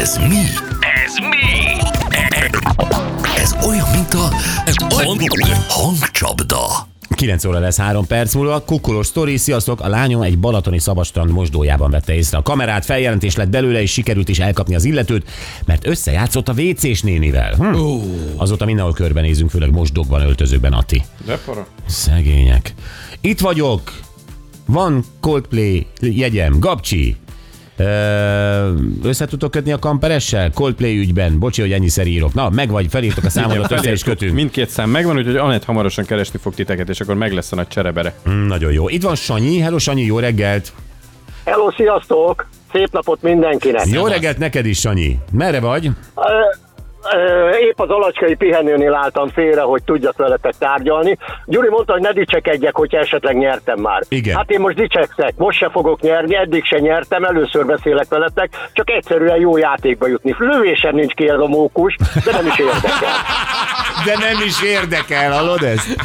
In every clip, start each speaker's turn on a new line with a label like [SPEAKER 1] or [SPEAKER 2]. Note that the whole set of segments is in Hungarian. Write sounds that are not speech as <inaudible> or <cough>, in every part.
[SPEAKER 1] Ez mi?
[SPEAKER 2] Ez mi?
[SPEAKER 1] Ez olyan, mint a hangcsapda.
[SPEAKER 3] 9 óra lesz 3 perc múlva. Kukkolós sztori, sziasztok! A lányom egy balatoni szabadstrand mosdójában vette észre a kamerát, feljelentés lett belőle, és sikerült is elkapni az illetőt, mert összejátszott a WC-s nénivel. Hm. Azóta mindenhol körbenézünk, főleg mosdókban, öltözőkben, Ati.
[SPEAKER 4] De para.
[SPEAKER 3] Szegények. Itt vagyok! Van Coldplay jegyem, Gabcsi! Ö, Össze tudtok kötni a kamperessel? Coldplay ügyben. Bocsi, hogy ennyiszer írok. Na, meg vagy, <laughs> felírtok a számodat,
[SPEAKER 4] Igen,
[SPEAKER 3] össze is kötünk.
[SPEAKER 4] Mindkét szám megvan, úgyhogy Anett hamarosan keresni fog titeket, és akkor meg lesz a nagy cserebere.
[SPEAKER 3] Nagyon jó. Itt van Sanyi. Hello, Sanyi, jó reggelt!
[SPEAKER 5] Hello, sziasztok! Szép napot mindenkinek!
[SPEAKER 3] Jó reggelt neked is, Sanyi. Merre vagy?
[SPEAKER 5] <laughs> Ö, ö, Épp az alacskai pihenőnél álltam félre, hogy tudjak veletek tárgyalni. Gyuri mondta, hogy ne dicsekedjek, hogyha esetleg nyertem már.
[SPEAKER 3] Igen.
[SPEAKER 5] Hát én most dicsekszek, most se fogok nyerni, eddig se nyertem, először beszélek veletek, csak egyszerűen jó játékba jutni. Lövésen nincs ki ez a mókus, de nem is érdekel.
[SPEAKER 3] De nem is érdekel, hallod ezt?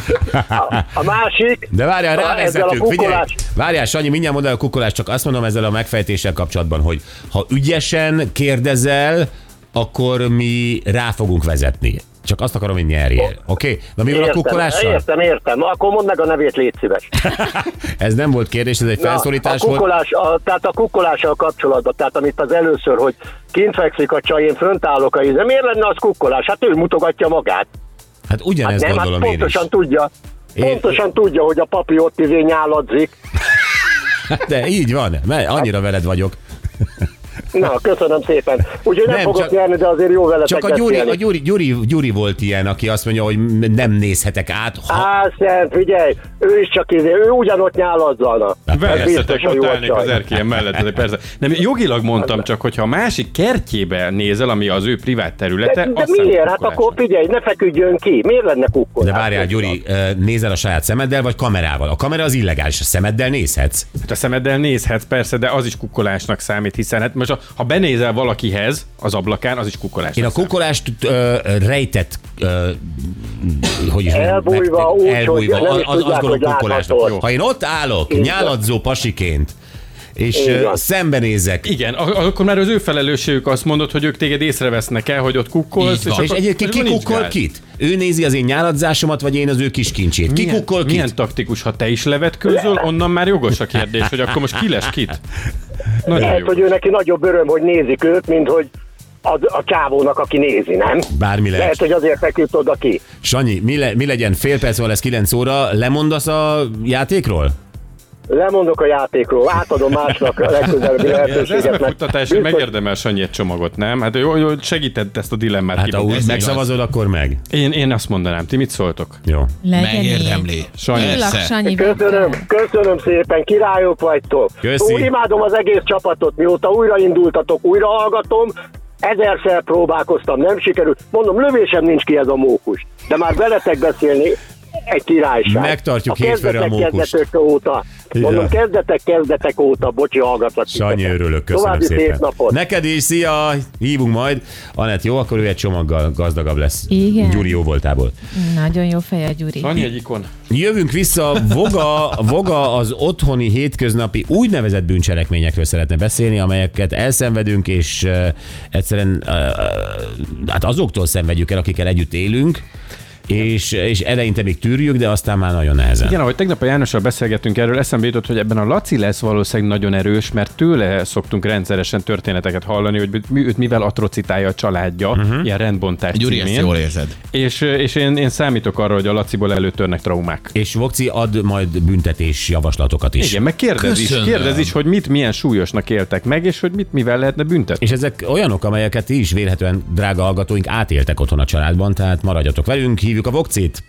[SPEAKER 5] A másik...
[SPEAKER 3] De várjál,
[SPEAKER 5] a- ezzel a
[SPEAKER 3] rávezetünk, figyelj!
[SPEAKER 5] kukolás-
[SPEAKER 3] Várjál, Sanyi, mindjárt mondod a kukolást, csak azt mondom ezzel a megfejtéssel kapcsolatban, hogy ha ügyesen kérdezel, akkor mi rá fogunk vezetni. Csak azt akarom, hogy nyerjél. Oké? Okay? Na mi van a
[SPEAKER 5] Értem,
[SPEAKER 3] kukolással?
[SPEAKER 5] Értem, értem. Akkor mondd meg a nevét, légy szíves.
[SPEAKER 3] Ez nem volt kérdés, ez egy
[SPEAKER 5] Na,
[SPEAKER 3] felszólítás
[SPEAKER 5] a
[SPEAKER 3] volt.
[SPEAKER 5] kukolás, a, tehát a kukkolással kapcsolatban, tehát amit az először, hogy kint fekszik a csaj, én fönt állok a íze. Miért lenne az kukkolás? Hát ő mutogatja magát.
[SPEAKER 3] Hát
[SPEAKER 5] Hát
[SPEAKER 3] ugyanezt
[SPEAKER 5] nem, hát
[SPEAKER 3] gondolom én is.
[SPEAKER 5] pontosan tudja.
[SPEAKER 3] Én-
[SPEAKER 5] Pontosan tudja, hogy a papi ott izé nyáladzik.
[SPEAKER 3] <laughs> De így van, mert annyira veled vagyok.
[SPEAKER 5] Hát
[SPEAKER 3] <laughs>
[SPEAKER 5] Na, köszönöm szépen. Úgyhogy
[SPEAKER 3] Nem,
[SPEAKER 5] nem, nem fogok
[SPEAKER 3] csak-
[SPEAKER 5] csak, nyerni, de azért jó veletek
[SPEAKER 3] Csak a Gyuri,
[SPEAKER 5] beszélni.
[SPEAKER 3] a Gyuri, Gyuri, Gyuri volt ilyen, aki azt mondja, hogy m- nem nézhetek át. Ha...
[SPEAKER 5] Á, szent, figyelj, ő is csak izé, ő ugyanott nyálazzalna.
[SPEAKER 4] Vesztetek,
[SPEAKER 5] biztos,
[SPEAKER 4] ott
[SPEAKER 5] hogy jó
[SPEAKER 4] állnék
[SPEAKER 5] csaj.
[SPEAKER 4] az erkélyen mellett, de persze. Nem, jogilag mondtam csak, hogyha a másik kertjébe nézel, ami az ő privát területe,
[SPEAKER 5] De, de
[SPEAKER 4] azt
[SPEAKER 5] miért?
[SPEAKER 4] számít
[SPEAKER 5] Hát akkor
[SPEAKER 4] kukkolásnak.
[SPEAKER 5] figyelj, ne feküdjön ki. Miért lenne kukkolás?
[SPEAKER 3] De várjál, Gyuri, ö, nézel a saját szemeddel, vagy kamerával? A kamera az illegális, a szemeddel nézhetsz.
[SPEAKER 4] Hát a szemeddel nézhetsz persze, de az is kukkolásnak számít, hiszen hát most ha benézel valakihez az ablakán, az is
[SPEAKER 3] Én
[SPEAKER 4] kukkolásnak
[SPEAKER 3] a kukolást ö, rejtett, ö, hogy is mondjam,
[SPEAKER 5] Elbújva,
[SPEAKER 3] meg-
[SPEAKER 5] úgy, hogy
[SPEAKER 3] elbújva,
[SPEAKER 5] nem
[SPEAKER 3] az,
[SPEAKER 5] is
[SPEAKER 3] az, azt
[SPEAKER 5] tudják,
[SPEAKER 3] gondolom
[SPEAKER 5] hogy
[SPEAKER 3] kukolásnak.
[SPEAKER 5] láthatod.
[SPEAKER 3] Jó. Ha én ott állok,
[SPEAKER 5] van.
[SPEAKER 3] nyáladzó pasiként, és
[SPEAKER 5] Így
[SPEAKER 3] ö,
[SPEAKER 5] van.
[SPEAKER 3] szembenézek,
[SPEAKER 4] Igen, a- akkor már az ő felelősségük azt mondod, hogy ők téged észrevesznek el, hogy ott kukkolsz.
[SPEAKER 3] így van. És
[SPEAKER 4] akkor-
[SPEAKER 3] egyébként ki
[SPEAKER 4] akkor nincs
[SPEAKER 3] kukkol
[SPEAKER 4] gáz.
[SPEAKER 3] kit? Ő nézi az én nyáladzásomat, vagy én az ő kis kincsét? Ki
[SPEAKER 4] Milyen-
[SPEAKER 3] kukkol kit?
[SPEAKER 4] Milyen taktikus, ha te is levetkőzöl, onnan már jogos a kérdés, hogy akkor most ki lesz kit?
[SPEAKER 5] Hát
[SPEAKER 4] Nagyon
[SPEAKER 5] Lehet,
[SPEAKER 4] jó.
[SPEAKER 5] hogy ő neki nagyobb öröm, hogy nézik őt, mint hogy az, a csávónak, aki nézi, nem?
[SPEAKER 3] Bármi lehet.
[SPEAKER 5] Lehet, hogy azért feküdt oda ki.
[SPEAKER 3] Sanyi, mi, le, mi legyen? Fél perc van, lesz 9 óra. Lemondasz a játékról?
[SPEAKER 5] Lemondok a játékról, átadom másnak a legközelebbi
[SPEAKER 4] Ez
[SPEAKER 5] lehetőséget. mert
[SPEAKER 4] eszmefuttatás
[SPEAKER 5] biztos-
[SPEAKER 4] megérdemel Sanyi egy csomagot, nem? Hát jó, jó segített ezt a dilemmát
[SPEAKER 3] Hát ha úgy
[SPEAKER 4] kibontázni.
[SPEAKER 3] megszavazod, akkor meg.
[SPEAKER 4] Én, én azt mondanám, ti mit szóltok?
[SPEAKER 3] Jó.
[SPEAKER 6] Legyen így.
[SPEAKER 1] Megérdemli.
[SPEAKER 4] Sanyi.
[SPEAKER 6] Illak
[SPEAKER 1] Persze.
[SPEAKER 6] Sanyival.
[SPEAKER 5] Köszönöm, köszönöm szépen, királyok vagytok.
[SPEAKER 3] Köszi.
[SPEAKER 5] Úgy imádom az egész csapatot, mióta újraindultatok, újra hallgatom. Ezerszer próbálkoztam, nem sikerült. Mondom, lövésem nincs ki ez a mókus. De már veletek beszélni egy királyság.
[SPEAKER 3] Megtartjuk
[SPEAKER 5] a
[SPEAKER 3] hétfőre a
[SPEAKER 5] kezdetek
[SPEAKER 3] mókust.
[SPEAKER 5] Kezdetek óta. Mondom,
[SPEAKER 3] Ja.
[SPEAKER 5] kezdetek kezdetek óta, bocsi, hallgatlak.
[SPEAKER 3] Sanyi,
[SPEAKER 5] titeket.
[SPEAKER 3] örülök, köszönöm
[SPEAKER 5] További
[SPEAKER 3] szépen.
[SPEAKER 5] szép napot.
[SPEAKER 3] Neked is, szia! Hívunk majd. Anett, jó, akkor ő egy csomaggal gazdagabb lesz.
[SPEAKER 6] Igen.
[SPEAKER 3] Gyuri jó voltából.
[SPEAKER 6] Nagyon jó fej a Gyuri.
[SPEAKER 4] Sanyi egy ikon.
[SPEAKER 3] Jövünk vissza, Voga, Voga az otthoni hétköznapi úgynevezett bűncselekményekről szeretne beszélni, amelyeket elszenvedünk, és uh, egyszerűen uh, hát azoktól szenvedjük el, akikkel együtt élünk, és, és eleinte még tűrjük, de aztán már nagyon nehezen.
[SPEAKER 4] Igen, ahogy tegnap a Jánossal beszélgettünk erről, eszembe jutott, hogy ebben a Laci lesz valószínűleg nagyon erős, mert tőle szoktunk rendszeresen történeteket hallani, hogy mi- őt mivel atrocitálja a családja, uh-huh. ilyen rendbontás
[SPEAKER 1] Gyuri, ezt
[SPEAKER 4] címén.
[SPEAKER 1] jól érzed.
[SPEAKER 4] És, és én, én számítok arra, hogy a Laciból előtörnek traumák.
[SPEAKER 3] És Vokci ad majd büntetés javaslatokat is.
[SPEAKER 4] Igen, meg kérdez is,
[SPEAKER 1] Köszönöm.
[SPEAKER 4] kérdez is, hogy mit milyen súlyosnak éltek meg, és hogy mit mivel lehetne büntetni.
[SPEAKER 3] És ezek olyanok, amelyeket ti is vélhetően, drága hallgatóink, átéltek otthon a családban, tehát maradjatok velünk, hívjuk a Vokcit!